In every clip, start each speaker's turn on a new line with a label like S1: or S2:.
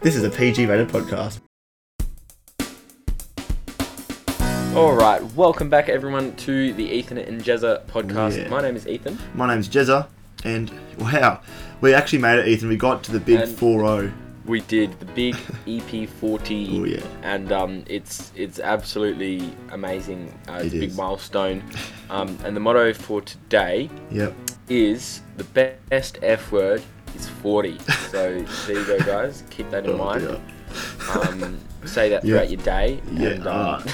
S1: This is a PG rated podcast.
S2: All right, welcome back everyone to the Ethan and Jezza podcast.
S1: Yeah.
S2: My name is Ethan.
S1: My name's Jezza, and wow, we actually made it, Ethan. We got to the big
S2: And-
S1: four oh. zero.
S2: We did the big EP40,
S1: Oh yeah,
S2: and um, it's it's absolutely amazing. Uh, it's
S1: It
S2: a big
S1: is.
S2: milestone. Um, and the motto for today
S1: yep.
S2: is the best F word is 40. So there you go, guys. Keep that in
S1: Oh,
S2: mind.
S1: dear.
S2: Um, say that
S1: Yeah.
S2: throughout your day.
S1: Yeah.
S2: and, um,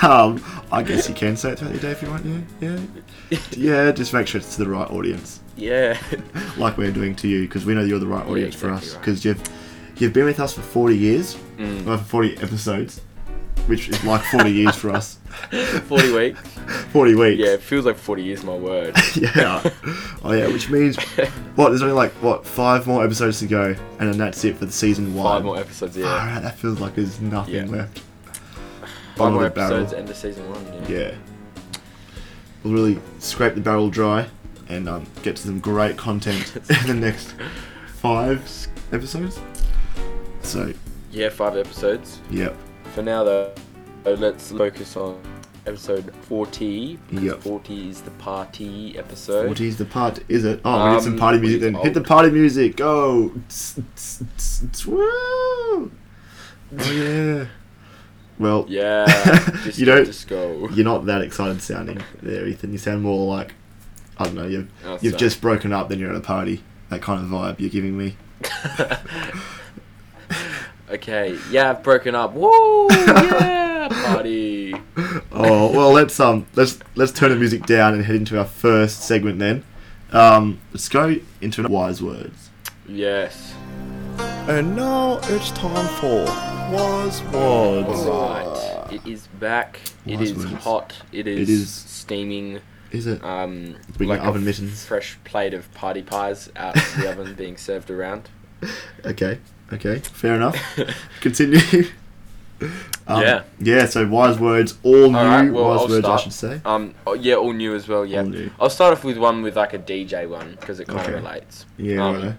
S1: um, I guess you can say it throughout your day if you want. Yeah, yeah, yeah. Just make sure it's to the right audience,
S2: yeah.
S1: like we're doing to you, because we know you're the right audience for
S2: exactly
S1: us.
S2: right.
S1: Because you've you've been with us for forty years,
S2: Mm.
S1: well, for forty episodes, which is like forty years for us,
S2: 40 weeks.
S1: forty weeks.
S2: Yeah, it feels like 40 years, my word.
S1: yeah. Oh yeah, which means what? There's only like what five more episodes to go, and then that's it for the season one.
S2: Five more episodes, yeah.
S1: Alright, that feels like there's nothing
S2: Yeah.
S1: left.
S2: Five
S1: Bottom
S2: more
S1: of the barrel.
S2: episodes, end of season one. Yeah.
S1: Yeah. We'll really scrape the barrel dry and um, get to some great content in the next five s- episodes. So,
S2: Yeah, five episodes.
S1: yep,
S2: For now, though, uh, let's focus on episode 40. because
S1: Yep.
S2: 40 is the party episode.
S1: what is the part? Is it? Oh, we need some
S2: Um,
S1: party music then.
S2: we-
S1: Hit the party music. Go. Tss, tss, tss, tss, woo. Oh yeah. Well,
S2: Yeah. Disco,
S1: You don't-
S2: Disco.
S1: You're not that excited sounding there, Ethan. You sound more like I don't know. You've
S2: Oh,
S1: you've
S2: sorry.
S1: just broken up, then you're at a party. That kind of vibe you're giving me.
S2: okay. Yeah, I've broken up. Woo! Yeah! party.
S1: Oh well, let's um let's let's turn the music down and head into our first segment then. Um, let's go into wise words.
S2: Yes.
S1: And now it's time for wise words.
S2: Alright. It is back. It
S1: Nice
S2: is
S1: words.
S2: hot. It is,
S1: is-
S2: steaming.
S1: Is it?
S2: Um,
S1: Bring your
S2: a
S1: oven mittens.
S2: fresh plate of party pies out of the oven being served around.
S1: Okay. Okay. Fair enough. Continue. Um,
S2: Yeah.
S1: Yeah. So wise words, all new
S2: Alright, well,
S1: wise
S2: I'll
S1: words,
S2: start.
S1: I should say.
S2: Um, oh, yeah, all new as well. Yeah,
S1: All new.
S2: I'll start off with one with like a DJ one because it kind
S1: Okay.
S2: of relates.
S1: Yeah.
S2: Um,
S1: righto.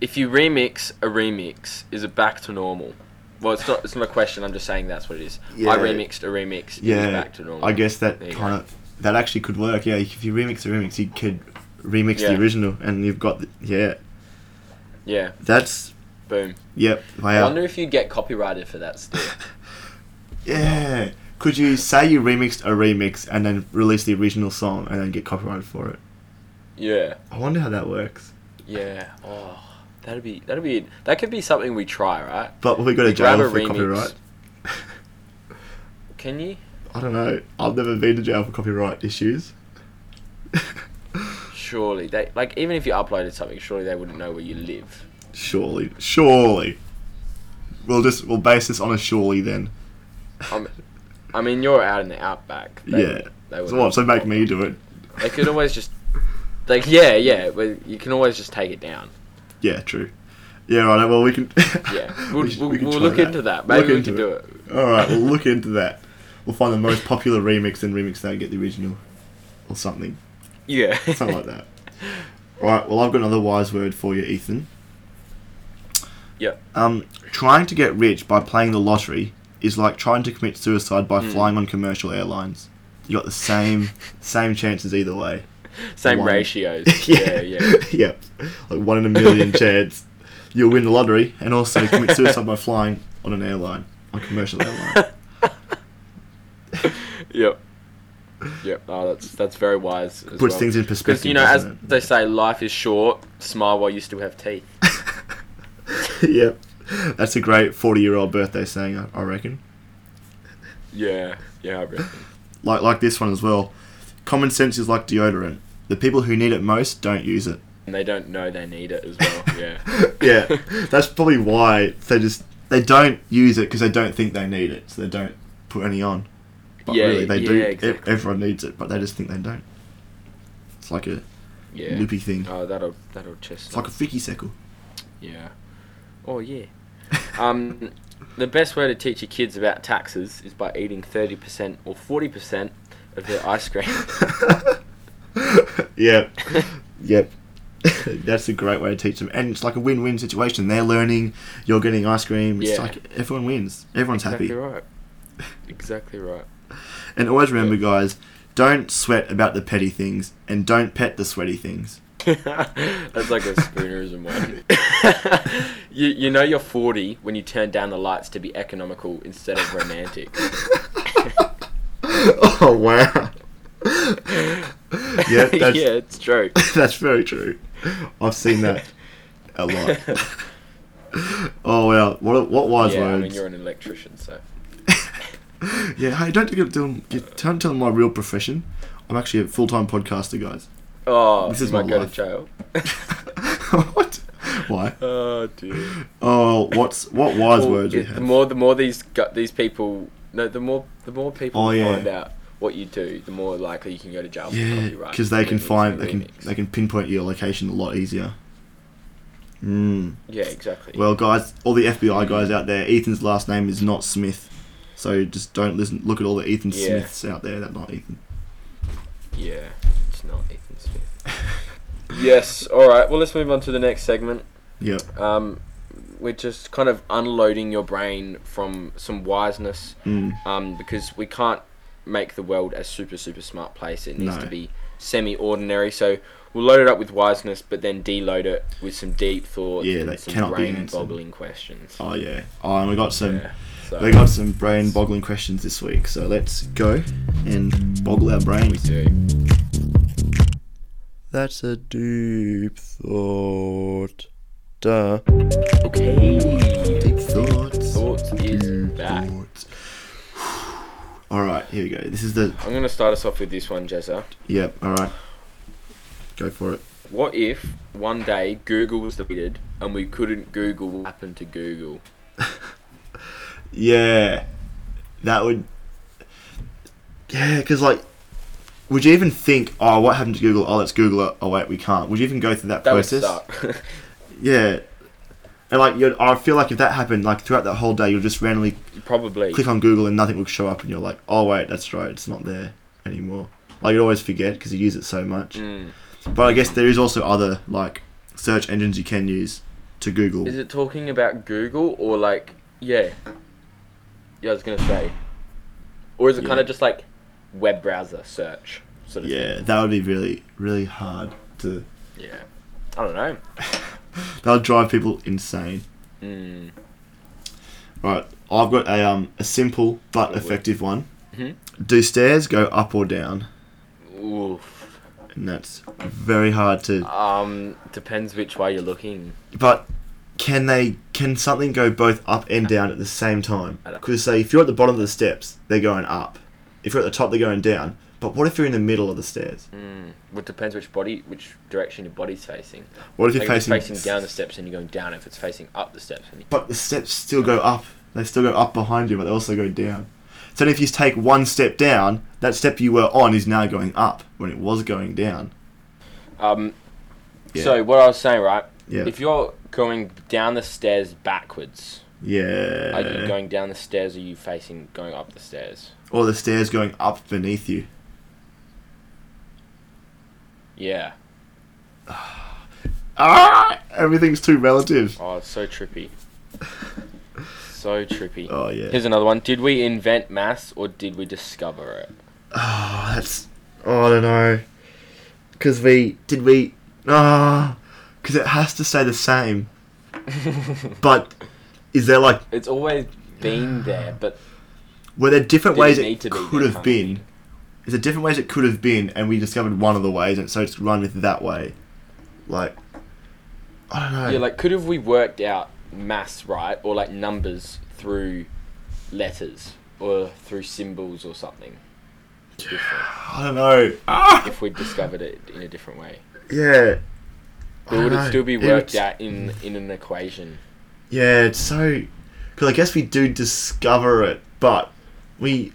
S2: If you remix a remix, is it back to normal? Well, it's not. It's not a question. I'm just saying that's what it is.
S1: Yeah.
S2: I remixed a remix. Yeah,
S1: Yeah,
S2: is back to normal.
S1: I guess that
S2: There you
S1: kind of that actually could work. Yeah, if you remix the remix, you could remix
S2: Yeah.
S1: the original, and you've got the, yeah.
S2: Yeah,
S1: That's
S2: boom.
S1: yep.
S2: I
S1: Wow.
S2: wonder if you get copyrighted for that still.
S1: Yeah. Could you say you remixed a remix and then release the original song and then get copyrighted for it?
S2: yeah,
S1: I wonder how that works.
S2: yeah. Oh, that'd be that'd be that could be something we try, right?
S1: But we got to
S2: We grab
S1: jail
S2: a
S1: for
S2: remix.
S1: copyright.
S2: Can you?
S1: I don't know. I've never been to jail for copyright issues.
S2: Surely they like even if you uploaded something, surely they wouldn't know where you live.
S1: Surely, surely. We'll just we'll base this on a surely then.
S2: I'm, I mean, you're out in the outback. They-
S1: yeah.
S2: They would.
S1: So what? So make me do it.
S2: They could always just, like, yeah, yeah. But you can always just take it down.
S1: Yeah, true. Yeah, right. Well, we can.
S2: Yeah, we'll,
S1: we should-
S2: we'll,
S1: we can
S2: we'll
S1: try
S2: look
S1: that.
S2: into that. Maybe
S1: Look
S2: we
S1: into
S2: can do it.
S1: All right, we'll look into that. We'll find the most popular remix and remix that and get the original, or something,
S2: Yeah.
S1: something like that. All right. Well, I've got another wise word for you, Ethan.
S2: Yep.
S1: Um, trying to get rich by playing the lottery is like trying to commit suicide by
S2: Mm.
S1: flying on commercial airlines. You got the same same chances either way.
S2: Same
S1: One.
S2: ratios. yeah, yeah.
S1: yep. Like one in a million chance you'll win the lottery and also commit suicide by flying on an airline, on a commercial airline.
S2: Yep. Yep. Oh, that's that's very wise. As
S1: Puts
S2: well.
S1: things in
S2: Because
S1: perspective.
S2: you know, as
S1: doesn't
S2: they say, life is short. Smile while you still have teeth.
S1: it? yep. That's a great 40 year old birthday saying, I, I reckon.
S2: Yeah. Yeah. I reckon.
S1: Like, like this one as well. Common sense is like deodorant. The people who need it most don't use it.
S2: And they don't know they need it as well. Yeah.
S1: yeah, that's probably why they just they don't use it because they don't think they need it, so they don't put any on. But
S2: Yeah,
S1: really, they do.
S2: yeah,
S1: E-
S2: exactly.
S1: Everyone needs it, but they just think they don't. It's like a
S2: Yeah.
S1: loopy thing.
S2: Oh, that'll that'll just.
S1: It's like a freaky seckle.
S2: Yeah. Oh yeah. Um, the best way to teach your kids about taxes is by eating thirty percent or forty percent of their ice cream.
S1: yep, yep. That's a great way to teach them, and it's like a win-win situation. They're learning, you're getting ice cream. It's
S2: Yeah.
S1: like everyone wins. Everyone's
S2: exactly
S1: happy.
S2: right. Exactly right.
S1: And always remember, guys, don't sweat about the petty things, and don't pet the sweaty things.
S2: That's like a spoonerism one. you you know you're 40 when you turn down the lights to be economical instead of romantic.
S1: oh wow. yeah, that's,
S2: yeah, it's true.
S1: that's very true. I've seen that a lot. oh wow, what what wise
S2: yeah, I
S1: words.
S2: mean you're an electrician, so
S1: yeah, hey, don't give them, give, don't tell them my real profession. I'm actually a full-time podcaster, guys.
S2: oh,
S1: This is
S2: you might
S1: my
S2: go
S1: life.
S2: to jail.
S1: what? Why?
S2: Oh dear.
S1: Oh, what's what wise
S2: Well,
S1: words we
S2: it-
S1: have?
S2: The more the more these gu- these people no the more the more people
S1: Oh, yeah.
S2: find out what you do, the more likely you can go to jail. for
S1: yeah,
S2: copyright
S1: because they can
S2: infringement
S1: find
S2: and
S1: they can
S2: remix.
S1: they can pinpoint your location a lot easier. Mm.
S2: yeah exactly.
S1: Well, guys, all the FBI guys out there, Ethan's last name is not Smith, so just don't listen. Look at all the Ethan
S2: Yeah.
S1: Smiths out there. That's not Ethan.
S2: Yeah, it's not Ethan Smith. yes, alright, well, let's move on to the next segment.
S1: Yep.
S2: Um, we're just kind of unloading your brain from some wiseness
S1: Mm.
S2: um, because we can't make the world a super, super smart place. It needs
S1: No.
S2: to be semi ordinary. So we'll load it up with wiseness, but then deload it with some deep thoughts
S1: Yeah,
S2: and
S1: that
S2: some
S1: cannot be an
S2: brain
S1: answer.
S2: boggling questions.
S1: Oh yeah. Oh, and we got some.
S2: Yeah, so
S1: We got some brain-boggling questions this week, so let's go and boggle our
S2: we
S1: brains.
S2: do.
S1: That's a deep thought. Duh.
S2: Okay.
S1: Deep thoughts.
S2: Thoughts is
S1: Deep
S2: back.
S1: thoughts. All right, here we go. This is the
S2: I'm going to start us off with this one, Jezza.
S1: Yep, alright. Go for it.
S2: What if one day Google was defeated and we couldn't Google what happened to Google?
S1: Yeah. That would. Yeah, because, like, would you even think, oh, what happened to Google? Oh, let's Google it. Oh, wait, we can't. Would you even go through that,
S2: That
S1: process?
S2: would suck.
S1: Yeah. And, like, you'd, I feel like if that happened, like, throughout that whole day, you'll just randomly
S2: Probably.
S1: click on Google and nothing will show up, and you're like, oh, wait, that's right, it's not there anymore. Like, you'd always forget because you use it so much.
S2: Mm.
S1: But I guess there is also other, like, search engines you can use to Google.
S2: Is it talking about Google or like yeah? Yeah, I was gonna say. Or is it kind
S1: Yeah.
S2: of just like web browser search sort of
S1: Yeah, that would be really, really hard to.
S2: thing? Yeah. I don't know.
S1: That would drive people insane.
S2: Mm.
S1: Right, I've got a um a simple but
S2: Probably.
S1: effective one.
S2: Mhm.
S1: Do stairs go up or down?
S2: Oof.
S1: And that's very hard to.
S2: Um. Depends which way you're looking.
S1: But can they? Can something go both up and down at the same time? Because say if you're at the bottom of the steps, they're going up. If you're at the top, they're going down. But what if you're in the middle of the stairs?
S2: Mm. Well, it depends which body, which direction your body's facing.
S1: What if
S2: Like
S1: you're
S2: if
S1: facing?
S2: it's facing down the steps and you're going down. If it's facing up the steps and
S1: But the steps still go up. They still go up behind you, but they also go down. So then if you take one step down, that step you were on is now going up when it was going down.
S2: Um,
S1: Yeah.
S2: So what I was saying, right?
S1: Yeah.
S2: If you're going down the stairs backwards,
S1: Yeah.
S2: are you going down the stairs? Or are you facing going up the stairs?
S1: or the stairs going up beneath you.
S2: Yeah.
S1: Ah! Everything's too relative.
S2: Oh, it's so trippy. so trippy.
S1: Oh, yeah.
S2: Here's another one. Did we invent mass or did we discover it?
S1: Oh, that's. Oh, I don't know. Because we. Did we. Ah! because it has to stay the same. but is there like.
S2: It's always been there, but
S1: Were there different
S2: Did it
S1: ways
S2: need
S1: it
S2: to be
S1: could
S2: that
S1: have
S2: kind?
S1: been? Is there different ways it could have been, and we discovered one of the ways, and so it's run with that way? Like, I don't know.
S2: yeah, like could have we worked out mass right or like numbers through letters or through symbols or something? Different.
S1: I don't know. Ah!
S2: if we discovered it in a different way.
S1: Yeah. I
S2: But would
S1: know.
S2: it still be
S1: It
S2: worked
S1: would-
S2: out in in an equation?
S1: Yeah, it's so. Because I guess we do discover it, but we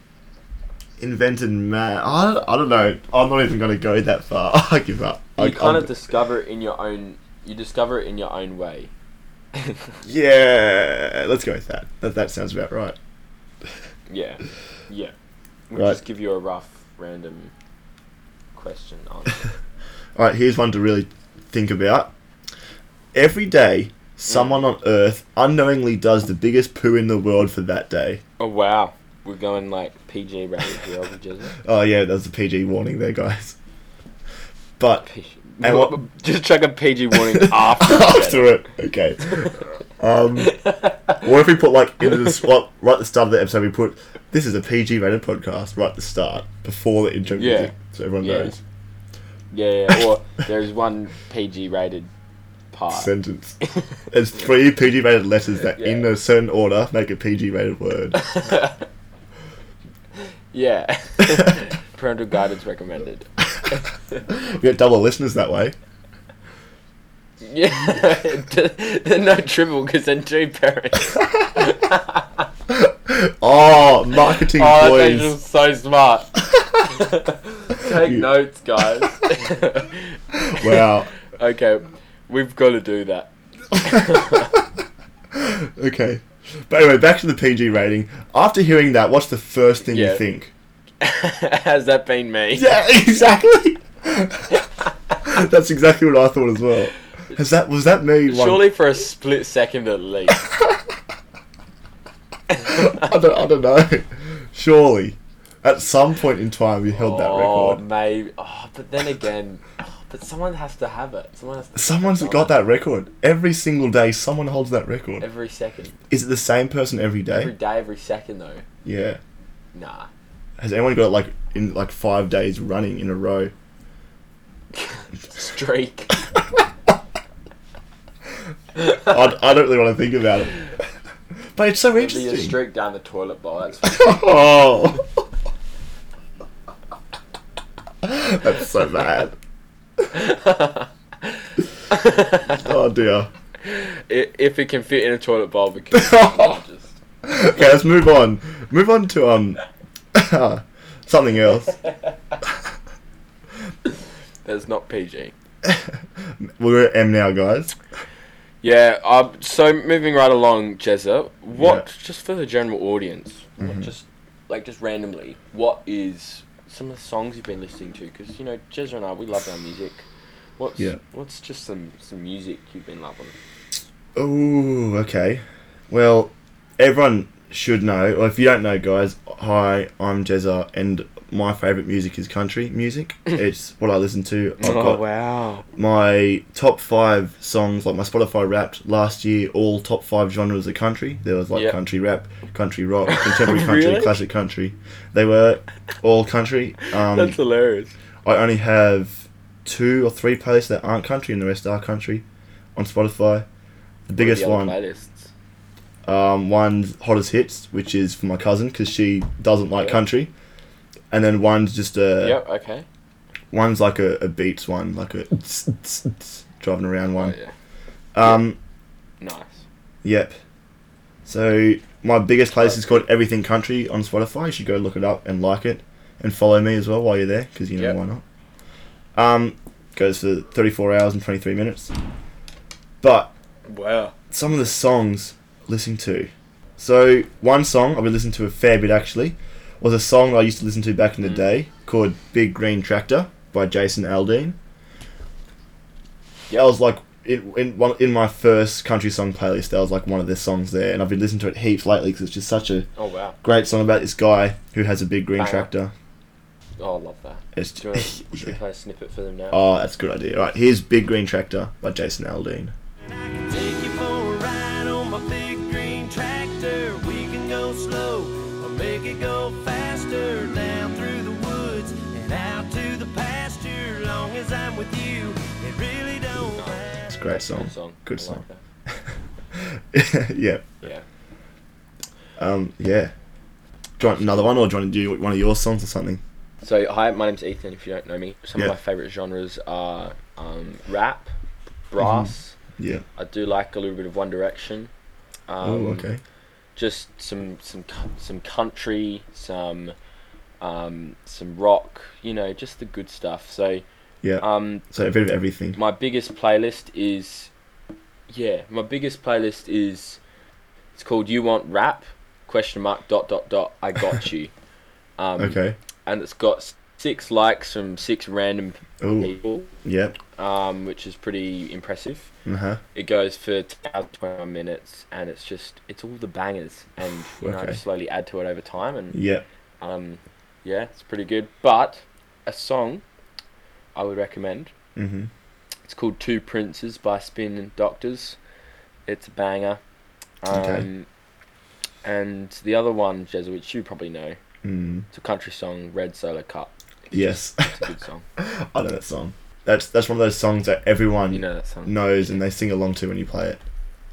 S1: invented man. I don't, I don't know. I'm not even going to go that far. I give up. I,
S2: you kind
S1: I'm-
S2: of discover it in your own. You discover it in your own way.
S1: yeah, let's go with that. That, that sounds about right.
S2: yeah, yeah. We'll
S1: Right.
S2: just give you a rough random question answer.
S1: All right, here's one to really think about. Every day, someone on Earth unknowingly does the biggest poo in the world for that day.
S2: Oh wow, we're going like PG rated here, are we, Jezza?
S1: Oh yeah, that's a PG warning there, guys. But And what-
S2: Just chuck a PG warning after.
S1: after it, okay. Um, what if we put like in the spot right at the start of the episode? We put this is a PG rated podcast right at the start before the intro
S2: Yeah.
S1: music, so everyone
S2: Yeah.
S1: knows
S2: yeah, yeah, or there's one PG rated part.
S1: sentence. There's three PG rated letters that, in
S2: Yeah.
S1: a certain order, make a PG rated word.
S2: yeah. Parental guidance recommended.
S1: we get double listeners that way.
S2: Yeah, then no triple because then two parents.
S1: Oh, marketing
S2: Oh, that's actually
S1: boys.
S2: so smart. Take
S1: You-
S2: notes, guys.
S1: Wow.
S2: okay, we've got to do that.
S1: okay. But anyway, back to the PG rating. After hearing that, what's the first thing
S2: Yeah.
S1: you think?
S2: Has that been me?
S1: Yeah, exactly. That's exactly what I thought as well. Has that was that me? one-
S2: Surely for a split second at least.
S1: I don't, I don't know. Surely, at some point in time, we held that
S2: oh,
S1: record.
S2: maybe. Oh, but then again, oh, but someone has to have it. Someone has to
S1: Someone's got that record. Every single day, someone holds that record.
S2: every second,
S1: Is it the same person every
S2: every
S1: day?
S2: day, every second though.
S1: Yeah.
S2: Nah.
S1: Has anyone got it like in like five days running in a row?
S2: Streak.
S1: I, I don't really want to think about it. But it's so
S2: Be a
S1: interesting.
S2: streak down the toilet bowl. That's for
S1: Oh. That's so bad. Oh dear.
S2: I- if it can fit in a toilet bowl, we can just
S1: Okay, let's move on. Move on to um something else.
S2: that's not PG.
S1: We're at M now, guys.
S2: Yeah. Um, so moving right along, Jezza. What just for the general audience? What
S1: Mm-hmm.
S2: just like just randomly? What is some of the songs you've been listening to? Because you know Jezza and I, we love our music. What's
S1: Yeah.
S2: what's just some some music you've been loving?
S1: Ooh, okay. Well, everyone should know, or if you don't know, guys, hi, I'm Jezza, and my favourite music is country music. it's what I listen to. I've got
S2: Oh, wow.
S1: my top five songs, like my Spotify Wrapped last year, all top five genres of country. There was like
S2: Yep.
S1: country rap, country rock, contemporary country,
S2: Really?
S1: classic country. They were all country. Um,
S2: That's hilarious.
S1: I only have two or three playlists that aren't country, and the rest are country on Spotify. The biggest
S2: What are
S1: one,
S2: the other Playlists.
S1: um, one's hottest hits, which is for my cousin because she doesn't like
S2: Yeah.
S1: country, and then one's just a
S2: Yep. Okay.
S1: one's like a, a beats one, like a driving around
S2: Oh
S1: one.
S2: yeah.
S1: Um,
S2: Nice.
S1: yep. So my biggest place is called Everything Country on Spotify. You should go look it up and like it, and follow me as well while you're there because you know
S2: Yep.
S1: why not. Um, goes for thirty four hours and twenty three minutes, but
S2: Wow.
S1: some of the songs I listen to. So one song I've been listening to a fair bit actually was a song I used to listen to back in the
S2: Mm.
S1: day called "Big Green Tractor" by Jason Aldean. Yeah, I was like in in, one, in my first country song playlist. That was like one of their songs there, and I've been listening to it heaps lately because it's just such a
S2: Oh wow.
S1: great song about this guy who has a big green
S2: Banger.
S1: tractor.
S2: Oh, I love that.
S1: It's
S2: Do you want to, should we
S1: yeah.
S2: play a snippet for them now?
S1: oh, that's a good idea. All right, here's "Big Green Tractor" by Jason Aldean.
S3: I can take you for a ride on my big green tractor. We can go slow or make it go faster. Down through the woods and out to the pasture. Long as I'm with you, it really don't matter.
S1: It's a great song.
S2: Good song.
S1: Good
S2: I
S1: song.
S2: Like
S1: yeah.
S2: that. yeah.
S1: Um, yeah. Do you want another one, or do you want to do one of your songs or something?
S2: So hi, my name's Ethan. If you don't know me, some
S1: Yeah.
S2: of my favorite genres are um, rap, brass.
S1: Yeah.
S2: I do like a little bit of One Direction. Um,
S1: oh, okay.
S2: Just some some cou- some country, some um, some rock. You know, just the good stuff. So
S1: Yeah.
S2: um,
S1: so a bit of everything.
S2: my biggest playlist is yeah my biggest playlist is it's called you want rap question mark dot dot dot i got you um
S1: Okay.
S2: and it's got s- six likes from six random
S1: Oh,
S2: people
S1: yeah.
S2: um, which is pretty impressive.
S1: Uh-huh.
S2: It goes for 21 minutes, and it's just it's all the bangers, and you know, I
S1: Okay.
S2: just slowly add to it over time, and
S1: Yeah.
S2: um, yeah, it's pretty good. But a song I would recommend.
S1: Mm-hmm.
S2: It's called Two Princes by Spin Doctors. It's a banger. Um,
S1: Okay.
S2: And the other one, Jez, which you probably know,
S1: Mm.
S2: it's a country song, Red Solo Cup.
S1: Yes.
S2: It's a good song.
S1: I know that song. That's that's one of those songs that everyone
S2: You know that song?
S1: knows and they sing along to when you play it.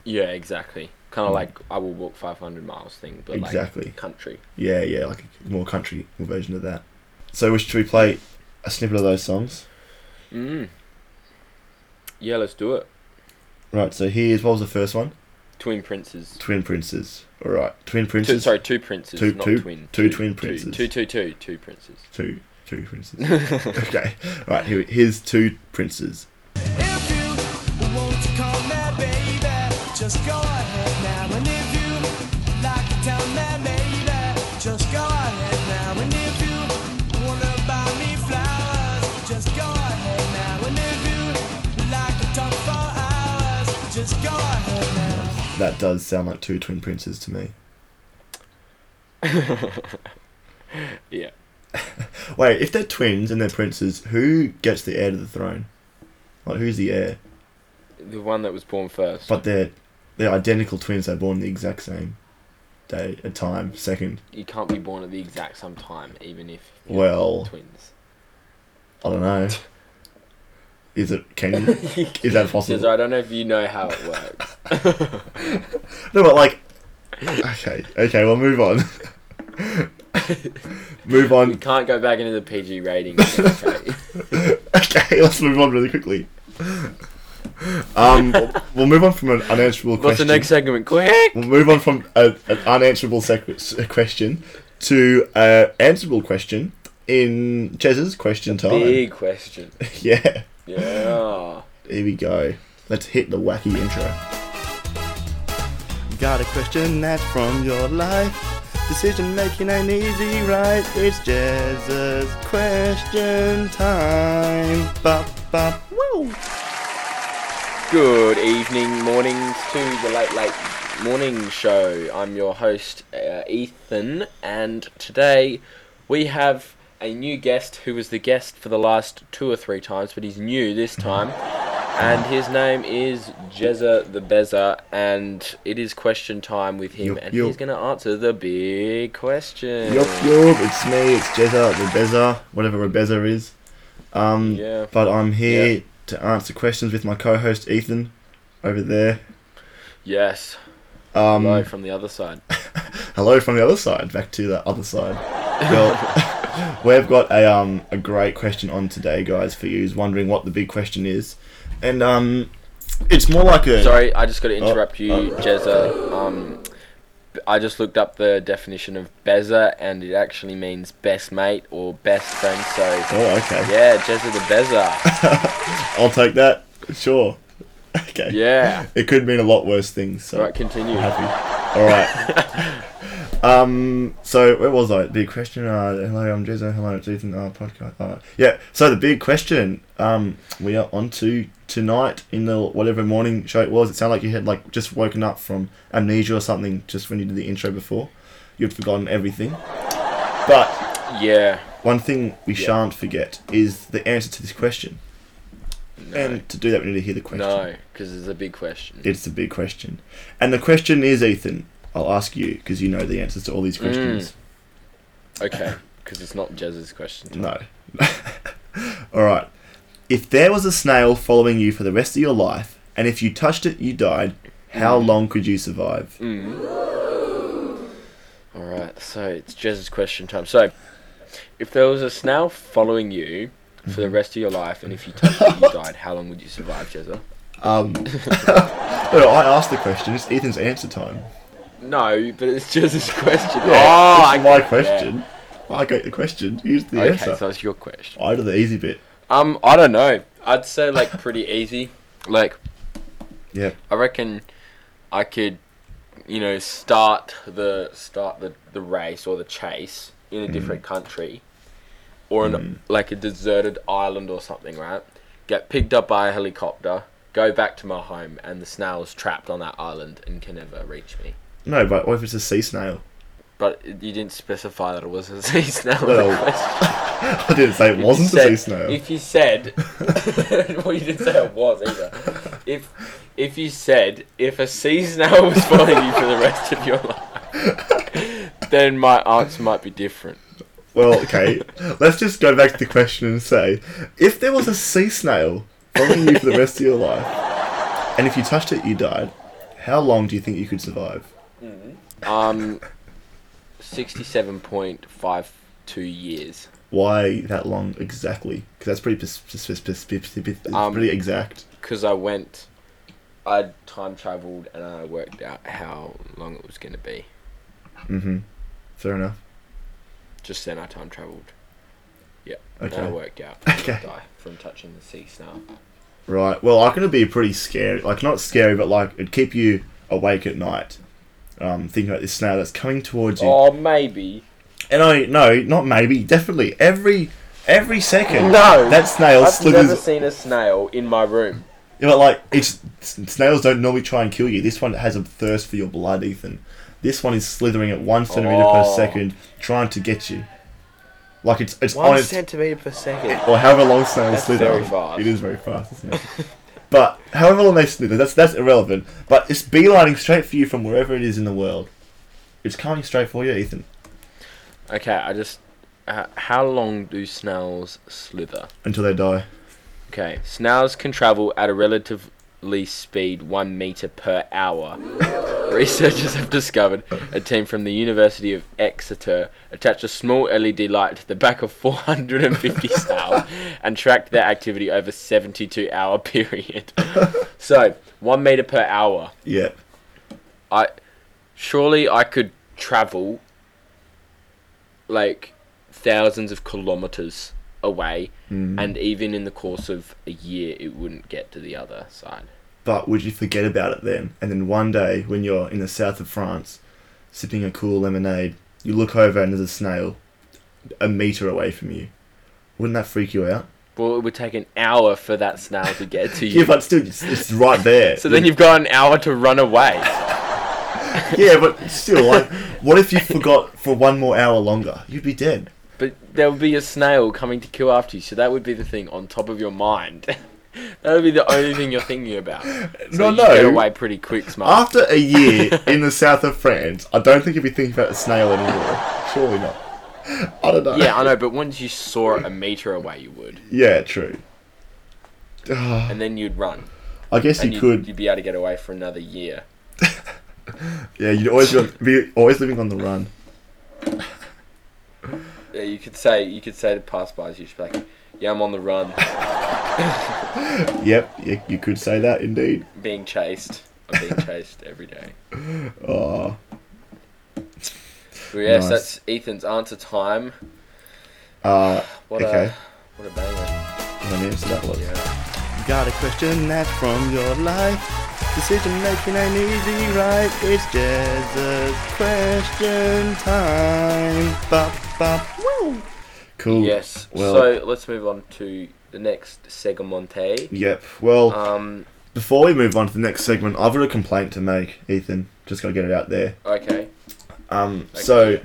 S2: Yeah, exactly. Kind of
S1: Mm.
S2: like I Will Walk 500 Miles thing, but
S1: Exactly.
S2: like country.
S1: Yeah, yeah, like a more country version of that. So we should we play a snippet of those songs?
S2: Mm. Yeah, let's do it.
S1: Right. So here's what was the first one?
S2: Twin Princes.
S1: Twin Princes. All right. Twin Princes.
S2: Two, sorry, two princes,
S1: Two-
S2: not
S1: two-
S2: twin.
S1: two twin princes.
S2: Two, two, two, two princes.
S1: Two. Two princes. okay. All right. Here, here's two princes.
S4: If you want to call me baby, just go ahead now. And if you like to tell me maybe, just go ahead now. And if you wanna buy me flowers, just go ahead now. And if you like to talk for hours, just go ahead now.
S1: That does sound like two twin princes to me.
S2: Yeah.
S1: Wait, if they're twins and they're princes, who gets the heir to the throne? Like, who's the heir?
S2: The one that was born first.
S1: But they're they're identical twins. They're born the exact same day, a time, second.
S2: you can't be born at the exact same time, even if you're
S1: Well-
S2: twins.
S1: I don't know. Is it can you, is that
S2: Says,
S1: possible?
S2: I don't know if you know how it works.
S1: No, but like, okay, okay, well, move on. move
S2: we
S1: on.
S2: can't go back into the PG rating. Okay?
S1: Okay, let's move on really quickly. Um, we'll- we'll move on from an unanswerable
S2: What's the
S1: question.
S2: next segment? Quick!
S1: We'll move on from a, an unanswerable sec- s- question to an answerable question in Chez's question time.
S2: Big question.
S1: Yeah,
S2: Yeah.
S1: here we go. Let's hit the wacky intro. Got a question that's from your life. Decision making ain't easy, right? It's Jez's question time. Bop, bop, woo.
S2: Good evening, mornings to the late, late morning show. I'm your host, uh, Ethan, and today we have a new guest who was the guest for the last two or three times, but he's new this time. And his name is Jezza the Bezza, and it is question time with him,
S1: Yup,
S2: and
S1: yup.
S2: he's going to answer the big question.
S1: Yup, yup, it's me, it's Jezza, Rebezza, whatever Rebezza is. Um,
S2: Yeah.
S1: But I'm here
S2: Yeah.
S1: to answer questions with my co-host Ethan over there.
S2: Yes.
S1: Um,
S2: Hello
S1: hello.
S2: from the other side.
S1: from the other side. Back to the other side. Well, we've got a um a great question on today, guys, for you. Is wondering what the big question is, and um, it's more like a
S2: Sorry, I just got to interrupt you,
S1: oh.
S2: Jezza. Um, I just looked up the definition of Bezza, and it actually means best mate or best friend. So,
S1: Oh, okay.
S2: yeah, Jezza the Bezza.
S1: I'll take that. Sure. Okay.
S2: yeah.
S1: It could mean a lot worse things. So.
S2: All right, continue.
S1: happy. All right. um. So where was I? Big question. Uh, hello, I'm Jezza. Hello, it's Ethan. Uh, podcast. Uh, yeah. So the big question. Um. We are on to tonight in the whatever morning show it was. It sounded like you had like just woken up from amnesia or something just when you did the intro before. You'd forgotten everything. But
S2: Yeah.
S1: one thing we
S2: Yeah.
S1: shan't forget is the answer to this question.
S2: No.
S1: And to do that, we need to hear the question.
S2: No, because it's a big question.
S1: It's the big question. And the question is, Ethan, I'll ask you because you know the answers to all
S2: Mm.
S1: these questions.
S2: Okay, because it's not Jezza's question.
S1: No. all right. If there was a snail following you for the rest of your life, and if you touched it, you died,
S2: Mm.
S1: how long could you survive?
S2: All right, so it's Jezza's question time. So, if there was a snail following you for
S1: Mm-hmm.
S2: the rest of your life, and if you touched it, you died, how long would you survive, Jezza?
S1: Um, no, no, I asked the question. It's Ethan's answer time.
S2: No, but it's Jezza's question.
S1: Yeah,
S2: Oh, I
S1: it's my
S2: get it.
S1: question. I get the question. Here's the
S2: Okay,
S1: answer.
S2: so that's your question.
S1: I do the easy bit.
S2: Um, I don't know. I'd say like pretty easy. Like
S1: Yeah.
S2: I reckon I could, you know, start the start the, the race or the chase in a different country, or an like a deserted island or something, right? get picked up by a helicopter, go back to my home, and the snail is trapped on that island and can never reach me.
S1: No, but what if it's a sea snail?
S2: But you didn't specify that it was a sea snail.
S1: Well, I didn't say it
S2: If you
S1: wasn't a
S2: said-
S1: sea snail.
S2: If you said, well, you didn't say it was either. If if you said if a sea snail was following you for the rest of your life, then my answer might be different.
S1: Well, okay, let's just go back to the question and say if there was a sea snail following you for the rest of your life, and if you touched it, you died, how long do you think you could survive?
S2: Um, sixty-seven point five two years.
S1: Why that long exactly? Because that's pretty, pers- pers- pers- pers- pers- pers- it's
S2: Um,
S1: pretty exact.
S2: because I went, I time traveled and I worked out how long it was going to be.
S1: hmm Fair enough.
S2: Just then I time traveled. Yeah, and I
S1: Okay.
S2: worked out.
S1: Okay.
S2: Die from touching the sea snail.
S1: Right. Well, I can be pretty scary. Like not scary, but like it'd keep you awake at night, um, thinking about this snail that's coming towards you.
S2: Or Oh, maybe.
S1: And I no, not maybe, definitely every every second.
S2: No.
S1: that snail
S2: I've never
S1: slithers.
S2: seen a snail in my room.
S1: Yeah, but like it's s- snails don't normally try and kill you. This one has a thirst for your blood, Ethan. This one is slithering at one centimeter per
S2: Oh.
S1: second, trying to get you. Like it's it's
S2: One
S1: on its
S2: centimeter per second.
S1: or however long snails
S2: That's
S1: slither.
S2: very fast.
S1: It is very fast, isn't it? but however long they slither, that's that's irrelevant. But it's beelining straight for you from wherever it is in the world. It's coming straight for you, Ethan.
S2: Okay, I just. Uh, how long do snails slither?
S1: Until they die.
S2: Okay, snails can travel at a relatively speed one meter per hour. Researchers have discovered a team from the University of Exeter attached a small LED light to the back of 450 snails and tracked their activity over 72 hour period. so one meter per hour.
S1: Yeah.
S2: I surely I could travel like thousands of kilometers away,
S1: Mm.
S2: and even in the course of a year, it wouldn't get to the other side.
S1: But would you forget about it then? And then one day, when you're in the south of France, sipping a cool lemonade, you look over and there's a snail a meter away from you. Wouldn't that freak you out?
S2: Well, it would take an hour for that snail to get to you.
S1: Yeah, but still, it's, it's right there.
S2: so then you've got an hour to run away.
S1: yeah, but still, like, what if you forgot for one more hour longer? You'd be dead.
S2: But there would be a snail coming to kill after you, so that would be the thing on top of your mind. that would be the only thing you're thinking about. So
S1: No,
S2: you
S1: no.
S2: Get away pretty quick, smart.
S1: After a year in the south of France, I don't think you'd be thinking about a snail anymore. Surely not. I don't know.
S2: yeah, I know, but once you saw it a meter away, you would.
S1: Yeah, true. Ah,
S2: and then you'd run.
S1: I guess
S2: And
S1: you
S2: you'd,
S1: could.
S2: you'd be able to get away for another year.
S1: Yeah, you'd always be, be always living on the run.
S2: Yeah, Uh, you could say you could say to passbys, you'd just be like, "Yeah, I'm on the run,
S1: Yep, you, you could say that indeed.
S2: being chased. I'm being chased every day."
S1: Oh,
S2: But yes,
S1: Nice.
S2: that's Ethan's answer time.
S1: uh,
S2: What
S1: okay.
S2: a what a banger!
S1: Let me answer that one.
S2: Yeah.
S1: Got a question that's from your life. Decision making ain't easy, right? It's Jazz's question time. Bop, bop, woo. Cool.
S2: Yes.
S1: Well,
S2: so let's move on to the next segmente.
S1: yep. Well,
S2: Um.
S1: before we move on to the next segment, I've got a complaint to make, Ethan. Just gotta get it out there.
S2: Okay.
S1: Um,
S2: Okay.
S1: so,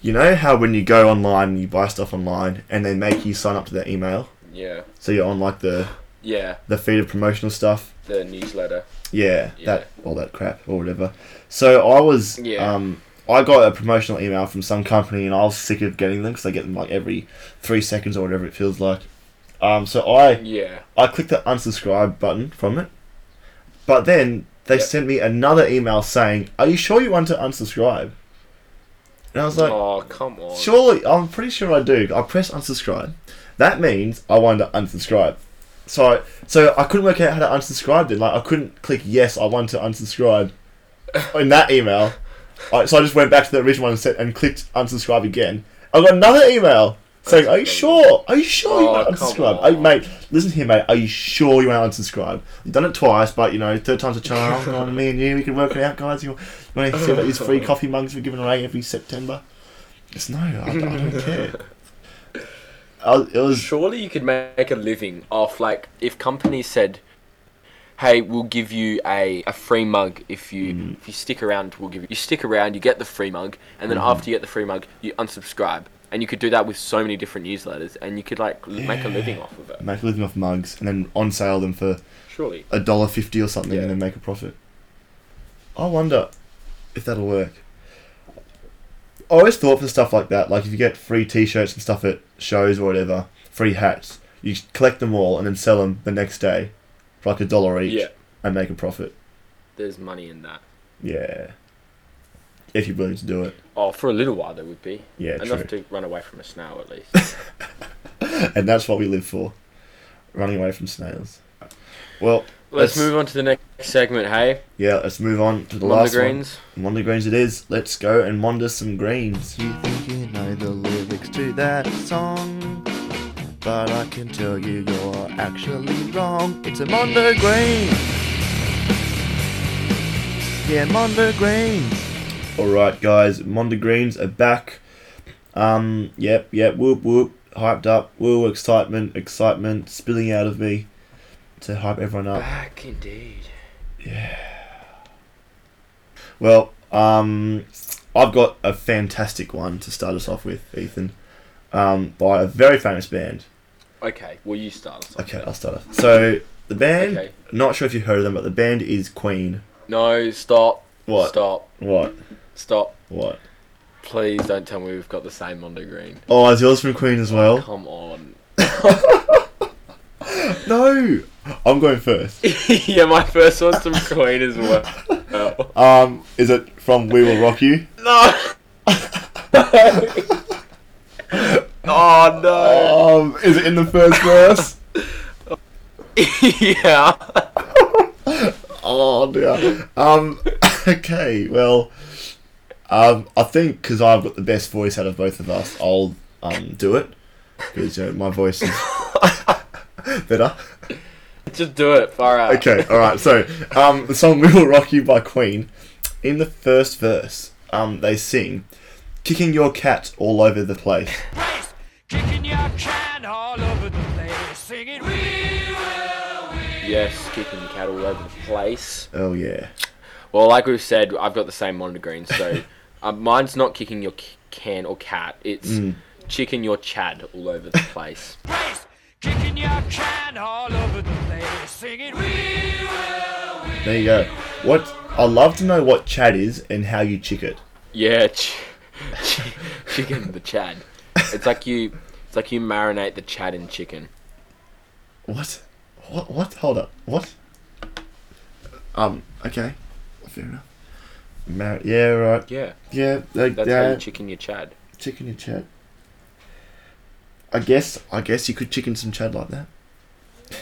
S1: you know how when you go online and you buy stuff online, and they make you sign up to their email,
S2: Yeah.
S1: so you're on like the
S2: Yeah.
S1: the feed of promotional stuff.
S2: The newsletter.
S1: Yeah,
S2: Yeah.
S1: that all that crap or whatever. So I was,
S2: Yeah.
S1: um, I got a promotional email from some company, and I was sick of getting them because I get them like every three seconds or whatever it feels like. Um, so I
S2: Yeah.
S1: I clicked the unsubscribe button from it, but then they
S2: Yep.
S1: sent me another email saying, "Are you sure you want to unsubscribe?" And I was like,
S2: oh come on.
S1: Surely, I'm pretty sure I do. I press unsubscribe. That means I want to unsubscribe. So, I, so I couldn't work out how to unsubscribe. Then, like, I couldn't click yes. I want to unsubscribe in that email. I, so I just went back to the original one and, said, and clicked unsubscribe again. I got another email saying, "Are you sure? Are you sure you want
S2: Oh,
S1: to
S2: come
S1: unsubscribe?
S2: on.
S1: Hey, mate, listen here, mate. Are you sure you want to unsubscribe? You've done it twice, but you know, third time's a charm. you know, me and you, we can work it out, guys. You want to see about these free coffee mugs we're giving away every September?" It's no, I, I don't care. I was, it was
S2: Surely you could make a living off like if companies said, "Hey, we'll give you a, a free mug if you
S1: Mm.
S2: if you stick around, we'll give you you stick around, you get the free mug, and then
S1: Mm-hmm.
S2: after you get the free mug, you unsubscribe." And you could do that with so many different newsletters, and you could like l- make a living off of it.
S1: make a living off mugs and then on sale them for
S2: Surely,
S1: a dollar fifty or something
S2: Yeah.
S1: and then make a profit. I wonder if that'll work. I always thought for stuff like that, like if you get free T-shirts and stuff at shows or whatever, free hats, you collect them all and then sell them the next day for like a dollar each
S2: Yeah.
S1: and make a profit.
S2: there's money in that.
S1: Yeah, if you're willing to do it,
S2: Oh, for a little while there would be
S1: Yeah,
S2: enough
S1: true.
S2: to run away from a snail at least.
S1: and that's what we live for, running away from snails. Well,
S2: Let's
S1: Let's-
S2: move on to the next segment. Hey,
S1: yeah, let's move on to the
S2: Wonder
S1: last
S2: Greens.
S1: one. Mondo greens it is. Let's go and monder some greens.
S4: You think you know the lyrics to that song, but I can tell you you're actually wrong. It's a Mondo Green. Yeah, Mondo Green.
S1: Alright, guys, Mondo Greens are back. Um, yep, yep, whoop, whoop, hyped up, woo, excitement, excitement, spilling out of me to hype everyone up.
S2: Back indeed.
S1: Well, um, I've got a fantastic one to start us off with, Ethan, um, by a very famous band.
S2: Okay, well you start. us off.
S1: Okay, I'll start off. So, the band,
S2: Okay.
S1: not sure if you've heard of them, but the band is Queen.
S2: No, stop.
S1: What?
S2: Stop.
S1: What?
S2: Stop.
S1: What?
S2: Please don't tell me we've got the same Mondo Green.
S1: Oh, is yours from Queen as well?
S2: Come on.
S1: No! I'm going first.
S2: yeah, my first one's from Queen as well. Oh.
S1: Um, is it from We Will Rock You?
S2: No! oh no!
S1: Um, is it in the first verse?
S2: yeah.
S1: oh dear. Um, okay. Well, um, I think because I've got the best voice out of both of us, I'll um do it because you know, my voice is better.
S2: Just do it, far out.
S1: Okay. All right. So, um, the song "We Will Rock You" by Queen. In the first verse, um, they sing, "Kicking your cat all over the place."
S3: place, kicking your can all over the place, singing we will, we
S2: Yes, kicking cattle over the place.
S1: Oh yeah.
S2: Well, like we've said, I've got the same monitor green, so uh, mine's not kicking your c- can or cat. It's chicken your chad all over the place.
S3: place, kicking your can all over the place, singing we will, we
S1: There you go. What I love to know what chat is and how you chick it.
S2: yeah, ch- ch- chicken the chad. It's like you, it's like you marinate the chad in chicken.
S1: What? What? What? Hold up. What? Um. Okay. Fair enough. Mar- yeah. Right.
S2: Yeah,
S1: Yeah. Like
S2: that's how you
S1: that.
S2: chicken your chad.
S1: chicken and chat. I guess. I guess you could chicken some chat like that.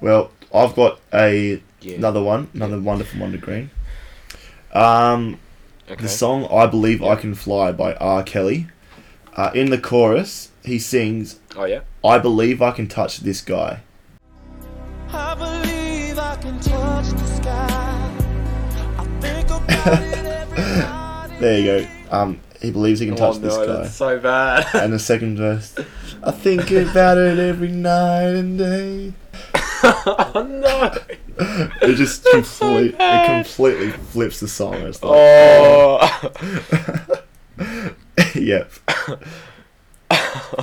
S1: well, I've got a
S2: Yeah.
S1: another one. Another wonderful one to green. Um.
S2: Okay.
S1: The song "I Believe I Can Fly" by R. Kelly. Uh, in the chorus, he sings,
S2: oh yeah.
S1: "I believe I can touch this guy."
S4: I believe I can touch the sky. I think about it every night.
S1: There you go. Um, he believes he can touch
S2: oh
S1: this
S2: no,
S1: guy.
S2: that's so bad.
S1: And the second verse, I think about it every night and day.
S2: oh no.
S1: It just complete, it completely flips the song. It's like,
S2: Oh.
S1: yep,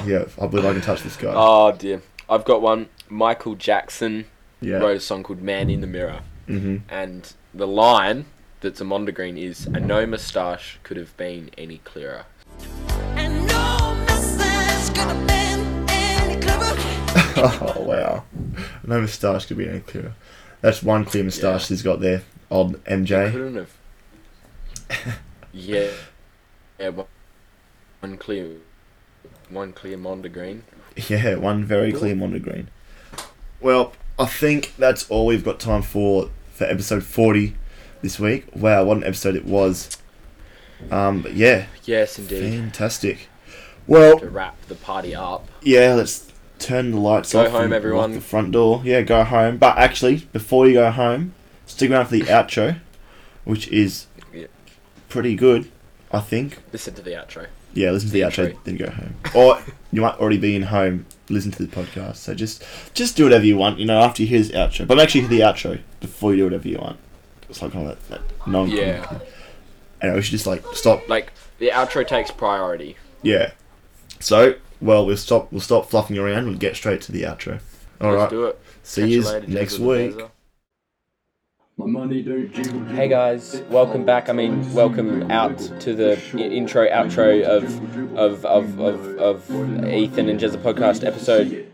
S1: yep. I believe I can touch this guy.
S2: oh dear. I've got one. Michael Jackson.
S1: yeah,
S2: wrote a song called Man in the Mirror.
S1: hmm
S2: And the line that's a Mondegreen is A no moustache could have been any clearer.
S5: And no message could have been any clearer.
S1: oh wow. No moustache could be any clearer. That's one clear moustache he's got there. Old MJ.
S2: Couldn't have. yeah. Yeah, one- one clear. One clear Mondegreen.
S1: Yeah, one very clear Mondo Green. Well, I think that's all we've got time for for episode 40 this week. Wow, what an episode it was. Um, but yeah,
S2: Yes, indeed.
S1: fantastic. Well,
S2: To wrap the party up.
S1: yeah, let's turn the lights
S2: Go
S1: off.
S2: home,
S1: and lock
S2: everyone.
S1: The front door. Yeah, go home. But actually, before you go home, stick around for the outro, which is
S2: Yeah.
S1: pretty good. I think.
S2: Listen to the outro.
S1: Yeah, listen to the
S2: Entry.
S1: outro, then go home. Or you might already be in home, listen to the podcast. So just just do whatever you want, you know, after you hear this outro. But make sure you hear the outro before you do whatever you want. It's like kind of that, that non
S2: Yeah.
S1: Anyway, we should just like stop.
S2: Like the outro takes priority.
S1: Yeah. So, well, we'll stop. We'll stop fluffing around. We'll get straight to the outro. All
S2: Let's
S1: right.
S2: do it.
S1: See
S2: Catch
S1: you
S2: later,
S1: next
S2: Jezza the
S1: week.
S2: Jezza.
S6: Hey guys, welcome back. I mean, welcome out to the i- intro, outro of of of of, of Ethan and Jezza podcast episode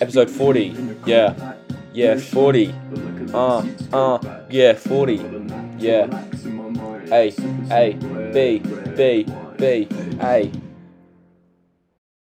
S6: episode forty. Yeah, yeah, forty. Uh, uh, yeah, forty. Yeah. A, A, B, B, B, A.